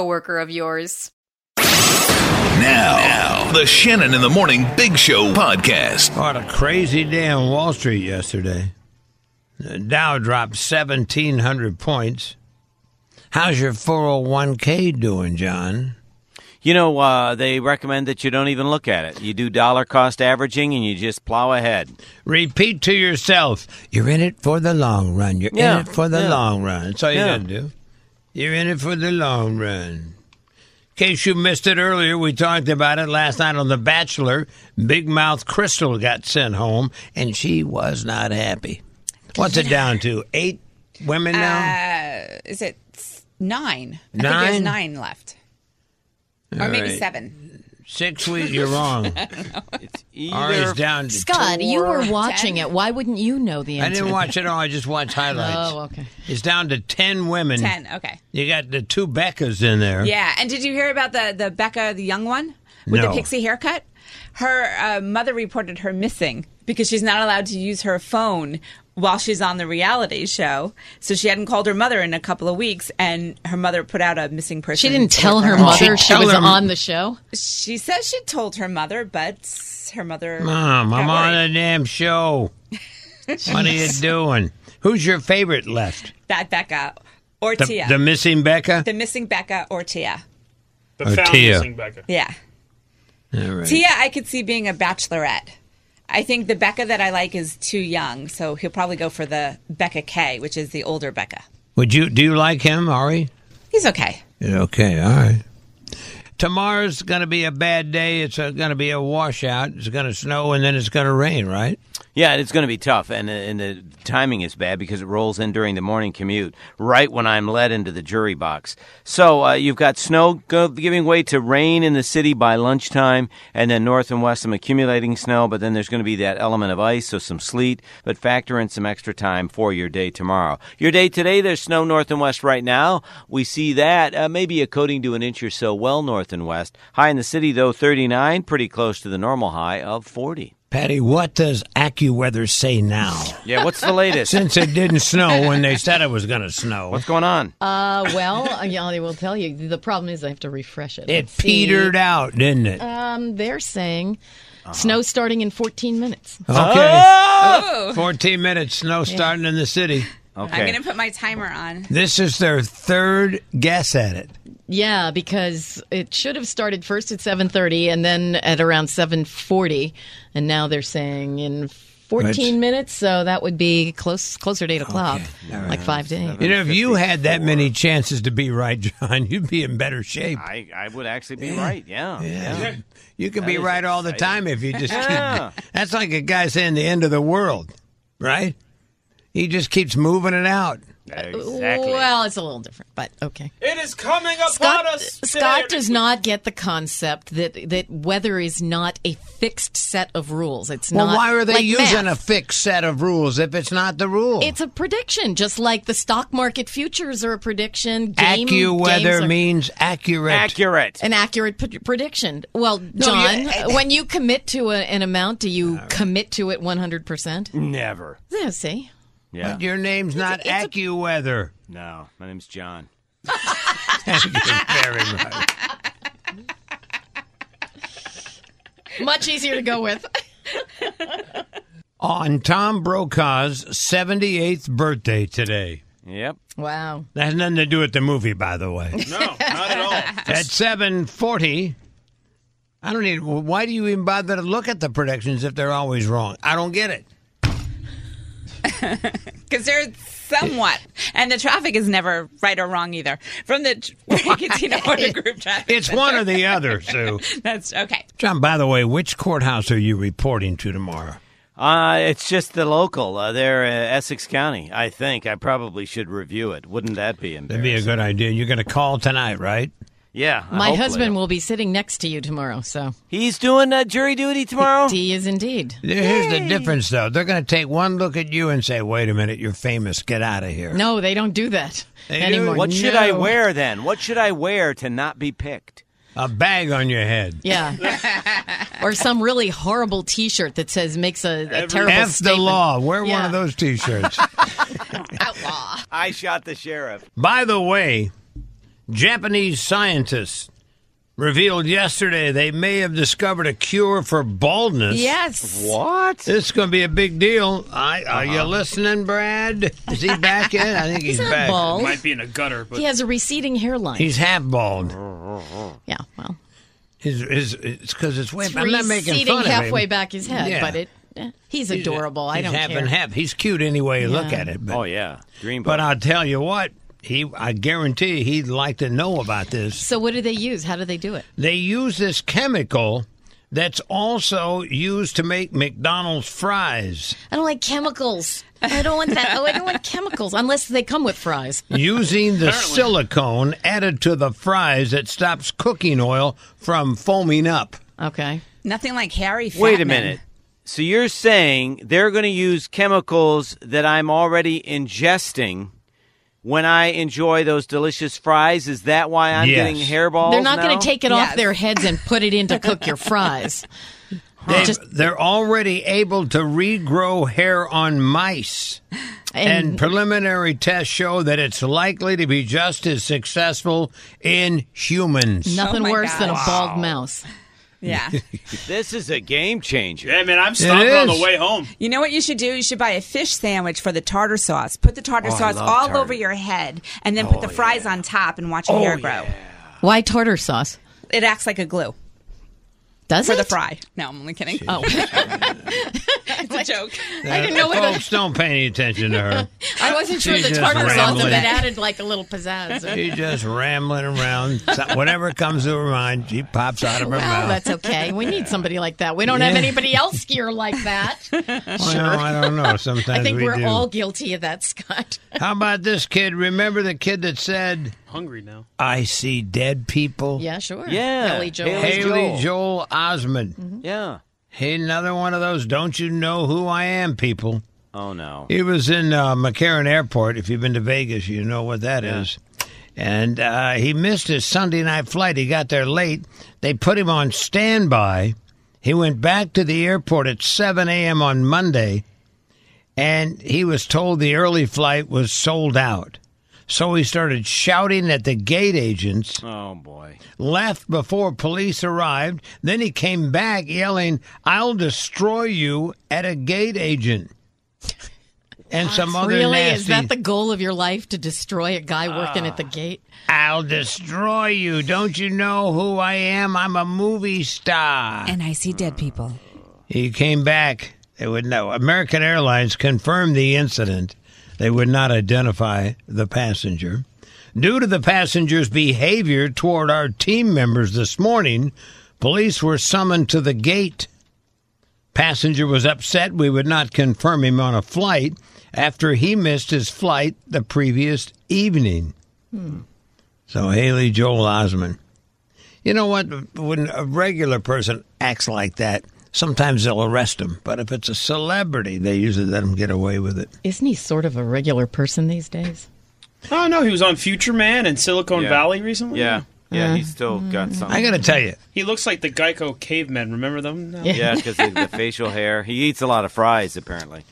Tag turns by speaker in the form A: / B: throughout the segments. A: of yours.
B: Now, the Shannon in the Morning Big Show podcast.
C: What a crazy day on Wall Street yesterday. The Dow dropped 1,700 points. How's your 401k doing, John?
D: You know, uh, they recommend that you don't even look at it. You do dollar cost averaging and you just plow ahead.
C: Repeat to yourself, you're in it for the long run. You're in
D: Yeah,
C: it for the
D: yeah.
C: long run. That's all you
D: Yeah.
C: got to do. You're in it for the long run. In case you missed it earlier, we talked about it last night on The Bachelor. Big Mouth Crystal got sent home, and she was not happy. What's it down to? Eight women now?
D: Uh,
E: is it s- nine? I think
C: Nine?
E: there's nine left, or maybe
C: right.
E: seven.
C: Six weeks, you're wrong.
D: It's either
C: Ari's down to
F: Scott, you were
E: Four,
F: watching
E: ten.
F: it. Why wouldn't you know the
C: I
F: answer?
C: didn't watch it all. I just watched highlights.
F: Oh, okay.
C: It's down to 10 women.
E: Ten. Okay.
C: You got the two Beccas in there.
E: Yeah. And did you hear about the the Becca, the young one with
C: No.
E: the pixie haircut? Her uh, mother reported her missing because she's not allowed to use her phone while she's on the reality show. So she hadn't called her mother in a couple of weeks, and her mother put out a missing person.
F: She didn't tell her
E: alert.
F: mother she,
C: tell
F: was
C: her-
F: on the show.
E: She says she told her mother, but her mother.
C: Mom,
E: got
C: I'm on
E: worried.
C: a damn show. what are you doing? Who's your favorite left?
E: That Becca
C: The,
E: Ortia,
C: the
E: the,
C: missing Becca?
E: missing Becca Ortia.
G: The
C: Or
G: found
C: Tia.
G: missing Becca.
E: Yeah.
C: All right.
E: Tia, I could see being a bachelorette. I think the Becca that I like is too young, so he'll probably go for the Becca K, which is the older Becca.
C: Would you do you like him, Ari?
E: He's okay.
C: Okay, all right. Tomorrow's going to be a bad day. It's going to be a washout. It's going to snow and then it's going to rain, right?
D: Yeah, it's going to be tough, and and the timing is bad because it rolls in during the morning commute, right when I'm led into the jury box. So uh, you've got snow go, giving way to rain in the city by lunchtime, and then north and west some accumulating snow. But then there's going to be that element of ice, so some sleet. But factor in some extra time for your day tomorrow. Your day today, there's snow north and west right now. We see that uh, maybe a coating to an inch or so, well north and west. High in the city though, 39, pretty close to the normal high of 40.
C: Patty, what does AccuWeather say now?
D: Yeah, what's the latest?
C: Since it didn't snow when they said it was going to snow.
D: What's going on?
F: Uh, well, uh, yeah, they will tell you. The problem is I have to refresh it.
C: It
F: Let's see.
C: petered Uh-huh. out, didn't it?
F: Um, they're saying snow starting in 14 minutes.
C: okay.
E: Oh,
C: 14 minutes snow starting in the city.
E: I'm
D: okay.
E: going to put my timer on.
C: This is their third guess at it.
F: Yeah, because it should have started first at 7:30 and then at around 7:40, and now they're saying in 14
C: Right.
F: minutes. So that would be close, closer to eight o'clock, like five to eight.
C: You know, if you had that many chances to be right, John, you'd be in better shape.
D: I, I would actually be right. Yeah.
C: Yeah.
D: Yeah.
C: You could be
D: is
C: right all the
D: exciting.
C: time if you just
D: Yeah.
C: keep. That's like a guy saying the end of the world, right? He just keeps moving it out.
D: Exactly.
F: Well, it's a little different, but okay.
G: It is coming upon
F: Scott,
G: us.
F: Scott
G: today.
F: does not get the concept that that weather is not a fixed set of rules. It's
C: Well,
F: not.
C: why are they
F: like
C: using
F: math.
C: a fixed set of rules if it's not the rule?
F: It's a prediction, just like the stock market futures are a prediction. Game, games
C: AccuWeather
F: are
C: means accurate.
D: accurate.
F: an accurate p- prediction. Well, John,
C: eh,
F: when you commit to a, an amount, do you commit to it one hundred percent?
D: Never.
F: Yeah, see,
D: Yeah.
C: Your name's not AccuWeather.
D: No. My name's John.
C: Thank you very much.
F: much easier to go with.
C: On Tom Brokaw's 78th birthday today.
D: Yep.
F: wow.
C: That has nothing to do with the movie, by the way.
G: No, not at all.
C: At 740, I don't need, well, why do you even bother to look at the predictions if they're always wrong? I don't get it.
E: Because they're somewhat. And the traffic is never right or wrong either. From the tr- Katina Order Group traffic.
C: It's one or the other, Sue.
E: That's okay.
C: John, by the way, which courthouse are you reporting to tomorrow?
D: Uh, it's just the local. Uh, they're uh, Essex County, I think. I probably should review it. Wouldn't that be
C: That'd be
D: embarrassing?
C: a good idea. You're going to call tonight, right?
D: Yeah.
F: My
D: hopefully.
F: husband will be sitting next to you tomorrow, so
D: He's doing uh, jury duty tomorrow.
F: he is indeed.
C: Here's the difference, though. They're going to take one look at you and say, wait a minute, you're famous. Get out of here.
F: No, they don't do that
C: They
F: anymore.
C: do?
D: What should I
F: No.
D: wear then? What should I wear to not be picked?
C: A bag on your head.
F: Yeah, or some really horrible T-shirt that says makes a, a terrible
C: F the
F: statement.
C: law. Wear one
F: Yeah.
C: of those t shirts.
D: I shot the sheriff.
C: By the way, Japanese scientists revealed yesterday they may have discovered a cure for baldness.
F: Yes.
D: What?
C: This is going to be a big deal. I, are you listening, Brad? Is he back in? I think he's,
F: Uh-huh. He's not
C: back.
F: bald.
G: Might be in a gutter, but
F: He has a receding hairline.
C: He's half bald.
F: yeah, well,
C: His, his, it's because it's way.
F: it's
C: I'm not making
F: receding
C: fun
F: halfway
C: of him.
F: back his head,
C: Yeah.
F: but it. eh, He's
C: He's-
F: adorable. I
C: he's
F: don't
C: half
F: care.
C: And half. He's cute anyway. You Look
F: Yeah.
C: at it. But,
D: Oh yeah, dream.
C: but
D: But
C: I'll tell you what. He, I guarantee he'd like to know about this.
F: So what do they use? How do they do it?
C: they use this chemical that's also used to make McDonald's fries
F: I don't like chemicals. I don't want that. Oh, I don't want chemicals unless they come with fries.
C: using the silicone added to the fries that stops cooking oil from foaming up.
F: Okay.
E: Nothing like Harry. Fatman.
D: wait a minute. So you're saying they're going to use chemicals that I'm already ingesting when I enjoy those delicious fries? Is that why I'm
C: Yes.
D: getting hairballs?
F: They're not
D: going
F: to take it off
E: Yes.
F: their heads and put it in to cook your fries.
C: They've- they're already able to regrow hair on mice. And, Oh
F: And,
C: preliminary tests show that it's likely to be just as successful in humans.
F: nothing
E: Oh my
F: worse than a
E: gosh.
F: bald mouse.
E: Yeah.
D: This is a game changer.
G: yeah, man, I'm stopping on
C: is.
G: the way home.
E: You know what you should do? You should buy a fish sandwich for the tartar sauce. Put the tartar sauce
D: Oh, love
E: all
D: tartar. Oh,
E: over your head, and then put the fries on top and watch your hair grow.
F: Why tartar sauce?
E: It acts like a glue
F: Does
E: for
F: it?
E: the fry. No, I'm only kidding.
F: Oh,
E: it's a joke.
F: I didn't know what
C: Folks, don't pay any attention to her.
F: I wasn't sure
C: She's
F: the
C: Oh, just
F: tartar sauce if
C: rambling.
F: it added like a little pizzazz. Or,
C: She's just rambling around. So- Whatever comes to her mind, she pops out of her
F: well,
C: mouth.
F: that's okay. We need somebody like that. We don't have
C: Yeah.
F: anybody else here like that.
C: Well, no, I don't know. Sometimes
F: I think
C: we
F: we're
C: do.
F: all guilty of that, Scott.
C: How about this kid? Remember the kid that said,
G: Hungry now.
C: "I see dead people."
F: Yeah, sure.
D: Yeah.
F: Haley Joel. Mm-hmm.
D: Haley-
C: Haley
D: Joel.
C: Joel, Osmond.
D: Yeah.
C: Hey, another one of those. Don't you know who I am? People.
D: Oh no.
C: He was in uh, McCarran Airport. If you've been to Vegas, you know what that is. And uh, he missed his Sunday night flight. He got there late. They put him on standby. He went back to the airport at 7 a.m. on Monday, and he was told the early flight was sold out. So he started shouting at the gate agents,
D: Oh boy.
C: left before police arrived. Then he came back yelling, I'll destroy you at a gate agent. And some other
F: Really?
C: nasty, Ah.
F: Is that the goal of your life to destroy a guy working at the gate?
C: I'll destroy you. Don't you know who I am? I'm a movie star.
E: And I see dead people.
C: He came back. They would know. American Airlines confirmed the incident. They would not identify the passenger. Due to the passenger's behavior toward our team members this morning, police were summoned to the gate. Passenger was upset we would not confirm him on a flight after he missed his flight the previous evening. So Haley Joel Osment. You know what? When a regular person acts like that, sometimes they'll arrest them. But if it's a celebrity, they usually let them get away with it.
F: Isn't he sort of a regular person these days?
G: Oh no, he was on Future Man and Silicon
D: Yeah.
G: Valley recently.
D: Yeah. Yeah.
F: Uh,
D: He's still
F: mm.
D: got something.
C: I got to tell you,
G: He looks like the Geico cavemen. Remember them? No.
D: Yeah, because the, the facial hair. He eats a lot of fries, apparently.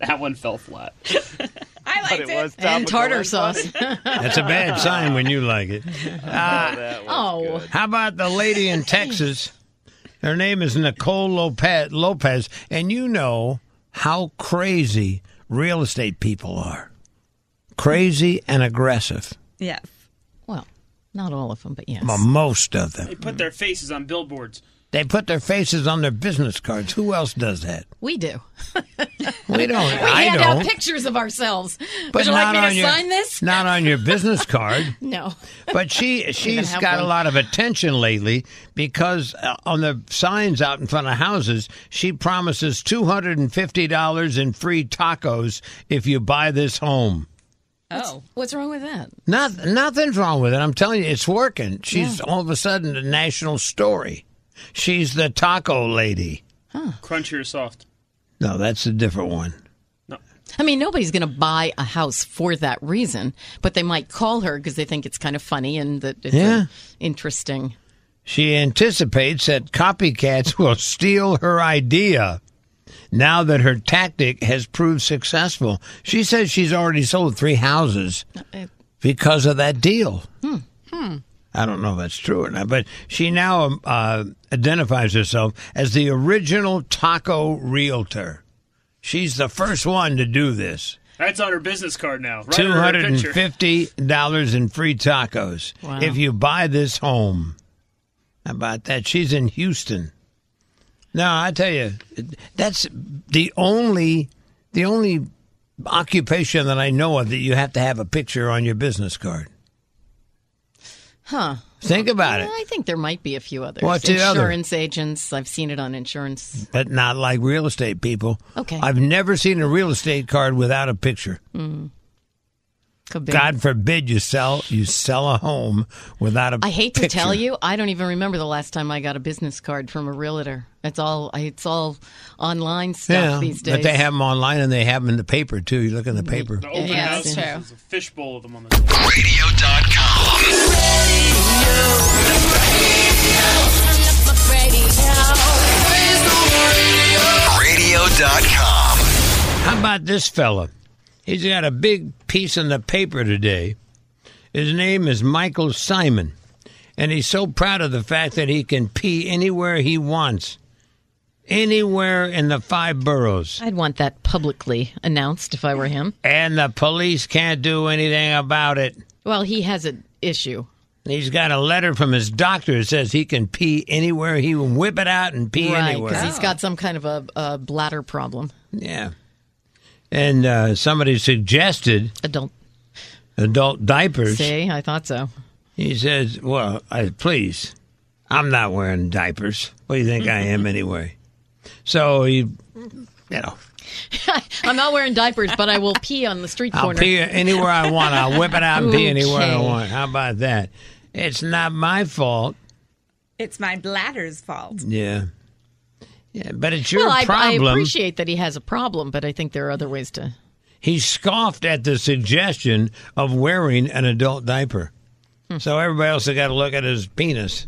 G: That one fell flat.
E: I liked it.
F: and tartar sauce.
C: that's a bad sign when you like it.
F: oh,
C: How about the lady in Texas? Her name is Nicole Lopez, Lopez, and you know how crazy real estate people are. Crazy and aggressive.
E: Yes.
F: well, not all of them, but yes.
C: Well, most of
G: They
C: them.
G: put their faces on billboards.
C: They put their faces on their business cards. Who else does that?
F: We do.
C: We don't.
F: We
C: I
F: hand
C: don't.
F: out pictures of ourselves.
C: but
F: Would you like
C: not
F: me
C: on
F: to
C: your,
F: sign this?
C: Not on your business card.
F: No.
C: But she she's
F: have
C: got a
F: one.
C: lot of attention lately because uh, on the signs out in front of houses, she promises two hundred and fifty dollars in free tacos if you buy this home.
E: Oh.
F: What's wrong with that?
C: Not, nothing's wrong with it. I'm telling you, it's working. She's all of a sudden a national story. She's the taco lady.
G: Crunchy or soft?
C: No, that's a different one.
F: I mean, nobody's going to buy a house for that reason, but they might call her because they think it's kind of funny and that it's uh,
C: Yeah.
F: interesting.
C: She anticipates that copycats will steal her idea now that her tactic has proved successful. She says she's already sold three houses
F: uh,
C: because of that deal. I don't know if that's true or not, but she now uh, identifies herself as the original taco realtor. She's the first one to do this.
G: That's on her business card now. Right
C: Two hundred and
G: on her picture.
C: fifty dollars in free tacos
F: Wow.
C: if you buy this home. How about that? She's in Houston. No, I tell you, that's the only the only occupation that I know of that you have to have a picture on your business card.
F: Huh.
C: Think about it,
F: I think there might be a few others.
C: What's the other?
F: insurance agents. I've seen it on insurance.
C: but not like real estate people.
F: Okay.
C: I've never seen a real estate card without a picture.
F: Could be.
C: God forbid you sell you sell a home without a.
F: I hate to
C: picture.
F: tell you, I don't even remember the last time I got a business card from a realtor. It's all it's all online stuff these days.
C: But they have them online and they have them in the paper too. You look in the paper.
G: The open
F: Yeah,
G: house
F: that's
E: true.
G: is a fishbowl of them on the
B: Radio.com. Radio.com.
C: How about this fella? He's got a big piece in the paper today. His name is Michael Simon, and he's so proud of the fact that he can pee anywhere he wants, anywhere in the five boroughs,
F: I'd want that publicly announced if I were him.
C: and the police can't do anything about it.
F: Well, he has an issue.
C: He's got a letter from his doctor that says he can pee anywhere. He can whip it out and pee
F: right,
C: anywhere.
F: because he's got some kind of a, a bladder problem.
C: Yeah. And uh, somebody suggested
F: Adult.
C: adult diapers.
F: See, I thought so.
C: He says, Well, I, please, I'm not wearing diapers. What do you think I am anyway? So he, you know,
F: I'm not wearing diapers, but I will pee on the street
C: I'll
F: corner.
C: pee anywhere I want. I'll whip it out and pee anywhere I
F: Okay.
C: want. How about that? It's not my fault.
E: It's my bladder's fault.
C: Yeah. Yeah, but it's your
F: Well, I, I
C: problem.
F: appreciate that he has a problem, but I think there are other ways to.
C: he scoffed at the suggestion of wearing an adult diaper.
F: Hmm.
C: So everybody else has got to look at his penis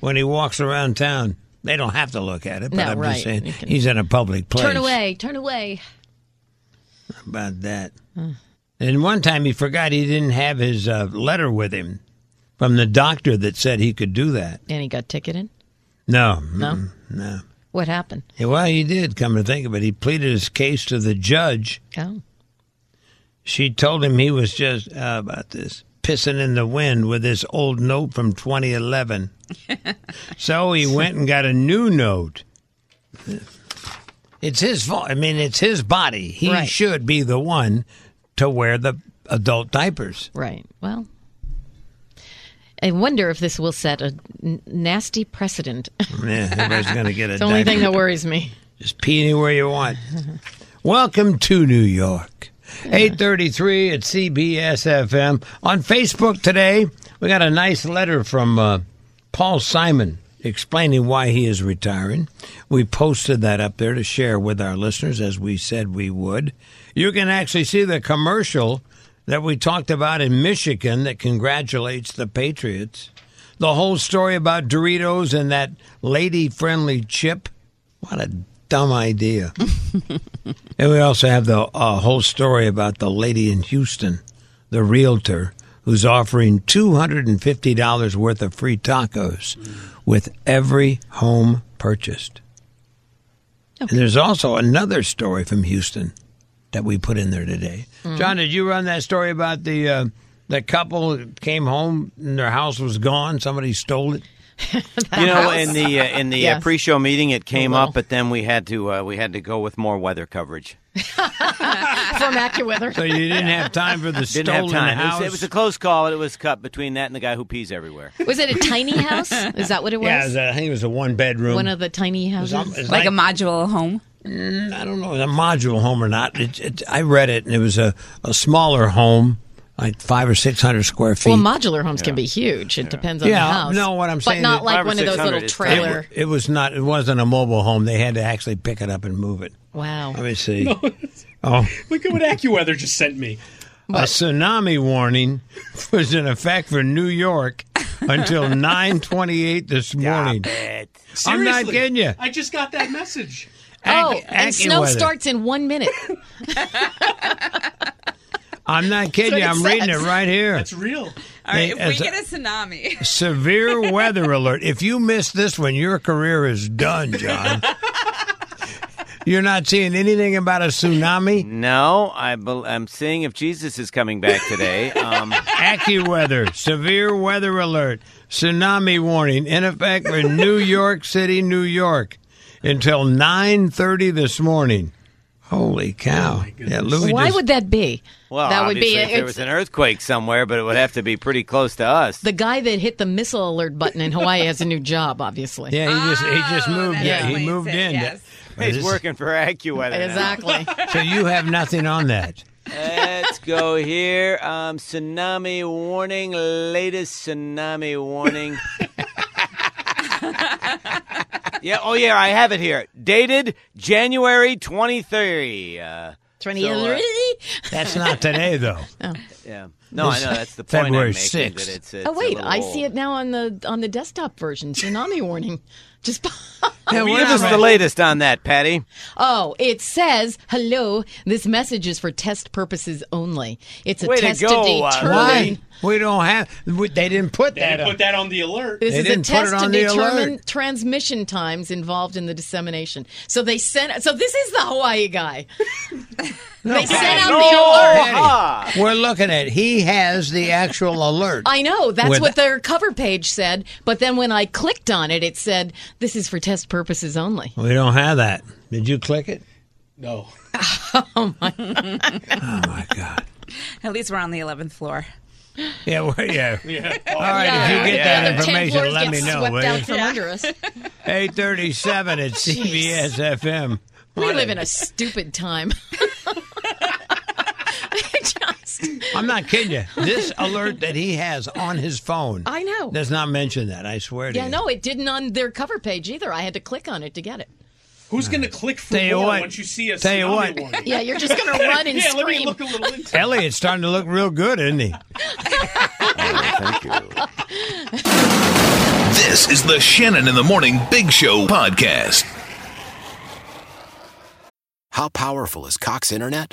C: when he walks around town. They don't have to look at it, but
F: No,
C: I'm
F: right.
C: just saying
F: You can-
C: he's in a public place.
F: Turn away, turn away.
C: About that.
F: Hmm.
C: And one time he forgot he didn't have his uh, letter with him from the doctor that said he could do that.
F: And he got ticketed.
C: No.
F: No?
C: mm, No.
F: What happened?
C: Yeah, Well, he did come to think of it. He pleaded his case to the judge.
F: Oh,
C: She told him he was just uh, about this pissing in the wind with this old note from 2011. so he went and got a new note. It's his fault. I mean, it's his body. He
F: Right.
C: should be the one to wear the adult diapers.
F: right. Well, I wonder if this will set a n- nasty precedent. it's
C: Yeah, everybody's going to get a
F: the only
C: diaper.
F: thing that worries me.
C: Just pee anywhere you want. Welcome to New York. 833 at CBS FM. On Facebook today, we got a nice letter from uh, Paul Simon explaining why he is retiring. We posted that up there to share with our listeners as we said we would. You can actually see the commercial that we talked about in Michigan that congratulates the Patriots. The whole story about Doritos and that lady friendly chip. What a dumb idea. and we also have the uh, whole story about the lady in Houston, the realtor, who's offering $250 worth of free tacos with every home purchased. And there's also another story from Houston that we put in there today. John, did you run that story about the. Uh, the couple that came home and their house was gone. Somebody stole it.
D: You know, in the uh, in the uh,
F: Yes.
D: pre-show meeting, it came
F: Well.
D: up, but then we had to uh, we had to go with more weather coverage.
F: From AccuWeather.
C: So you didn't have time for the
D: Didn't
C: stolen
D: have time. It
C: house.
D: was, it was a close call. It was cut between that and the guy who pees everywhere.
F: Was it a tiny house? Is that what it was?
C: yeah, it was a, I think it was a one bedroom.
F: One of the tiny houses.
C: It's al- it's
E: Like a modular home.
C: I don't know, a module home or not. It, it, I read it, and it was a, a smaller home, like five or six hundred square feet.
F: Well, modular homes can be huge. It depends on
C: Yeah,
F: the house.
C: no, what I'm saying
F: But not
C: is-
F: like
D: Five or
F: one of those
D: 600
F: little
D: is tiny.
F: trailer.
C: it was not. It wasn't a mobile home. They had to actually pick it up and move it.
F: Wow.
C: Let me see. Oh,
G: Look at what AccuWeather just sent me.
C: a tsunami warning was in effect for New York until 9:28 this morning. I'm
G: Seriously,
C: not kidding you.
G: I just got that message.
C: Ac-
F: oh, and snow
C: AccuWeather.
F: starts in one minute.
C: I'm not kidding you.
F: That's
C: I'm
F: what it
C: reading it
F: says.
C: right here.
G: It's real.
E: All right,
C: Hey,
E: if we
C: as a-
E: get a tsunami,
C: Severe weather alert. If you miss this one, your career is done, John. You're not seeing anything about a tsunami?
D: No, I bel I'm seeing if Jesus is coming back today. Um,
C: AccuWeather, severe weather alert, tsunami warning in effect for New York City, New York, until 9:30 this morning. Holy
D: Oh,
C: cow! yeah, Louis
F: Why
C: just-
F: would that be?
D: well,
F: that would be
D: obviously if there was
F: it's,
D: an earthquake somewhere, but it would have to be pretty close to us.
F: the guy that hit the missile alert button in Hawaii has a new job, obviously.
C: yeah, he just he just
E: Oh,
C: moved.
E: that
C: Yeah, he
E: explains
C: moved
E: it,
C: in.
E: yes.
D: He's
C: This-
D: working for AccuWeather. now.
F: Exactly.
C: So you have nothing on that.
D: Let's go here. Um, tsunami warning. Latest tsunami warning. yeah. Oh, yeah. I have it here. Dated January 23. Uh,
F: 20
D: So, uh,
F: Oh,
C: That's not today though.
D: yeah. No, I
C: This-
D: know that's the point.
C: February
D: I'm making,
C: 6th.
D: that it's- it's
F: Oh
D: a
F: wait,
D: little
F: I
D: old.
F: see it now on the on the desktop version. Tsunami warning. Just
C: Yeah,
D: Give us the
C: whatever.
D: latest on that, Patty.
F: Oh, it says, "Hello, this message is for test purposes only. It's a
D: Way to
F: test
D: go, uh,
F: determine
C: Why? We don't have. We, they didn't put
G: They
C: that.
G: didn't
C: up.
G: put that on the alert.
F: This
C: They
F: is
C: didn't
F: a
C: put it
F: test to
C: on the
F: determine
C: alert.
F: transmission times involved in the dissemination. So they sent. So this is the Hawaii guy. they sent out the alert.
D: Aloha.
C: We're looking at. He has the actual alert.
F: I know that's
C: With-
F: what their cover page said. But then when I clicked on it, it said, "This is for test purposes only."
C: We don't have that. Did you click it?
G: No.
C: Oh my god.
E: at least we're on the 11th floor.
C: Yeah. Well, yeah.
G: Yeah.
C: All right. if you get
F: The
C: that
F: other 10
C: information,
F: floors
C: let
F: get
C: me know.
F: Swept
C: Will
F: out
C: you?
F: from under us.
C: Eight thirty-seven at CBS FM.
F: We live in a stupid time. Just,
C: I'm not kidding you. This alert that he has on his phone.
F: I know.
C: Does not mention that. I swear to
F: yeah,
C: you.
F: no, it didn't on their cover page either. I had to click on it to get it.
G: Who's going to click for
C: Tell you
G: more
C: what.
G: once you see a
C: Tell
G: tsunami
C: you what.
G: warning?
F: Yeah, you're just gonna run and
G: yeah, let me
F: scream.
G: look a little into it.
C: Elliot's starting to look real good, isn't he?
D: Thank you.
B: This is the Shannon in the Morning Big Show podcast.
H: How powerful is Cox Internet?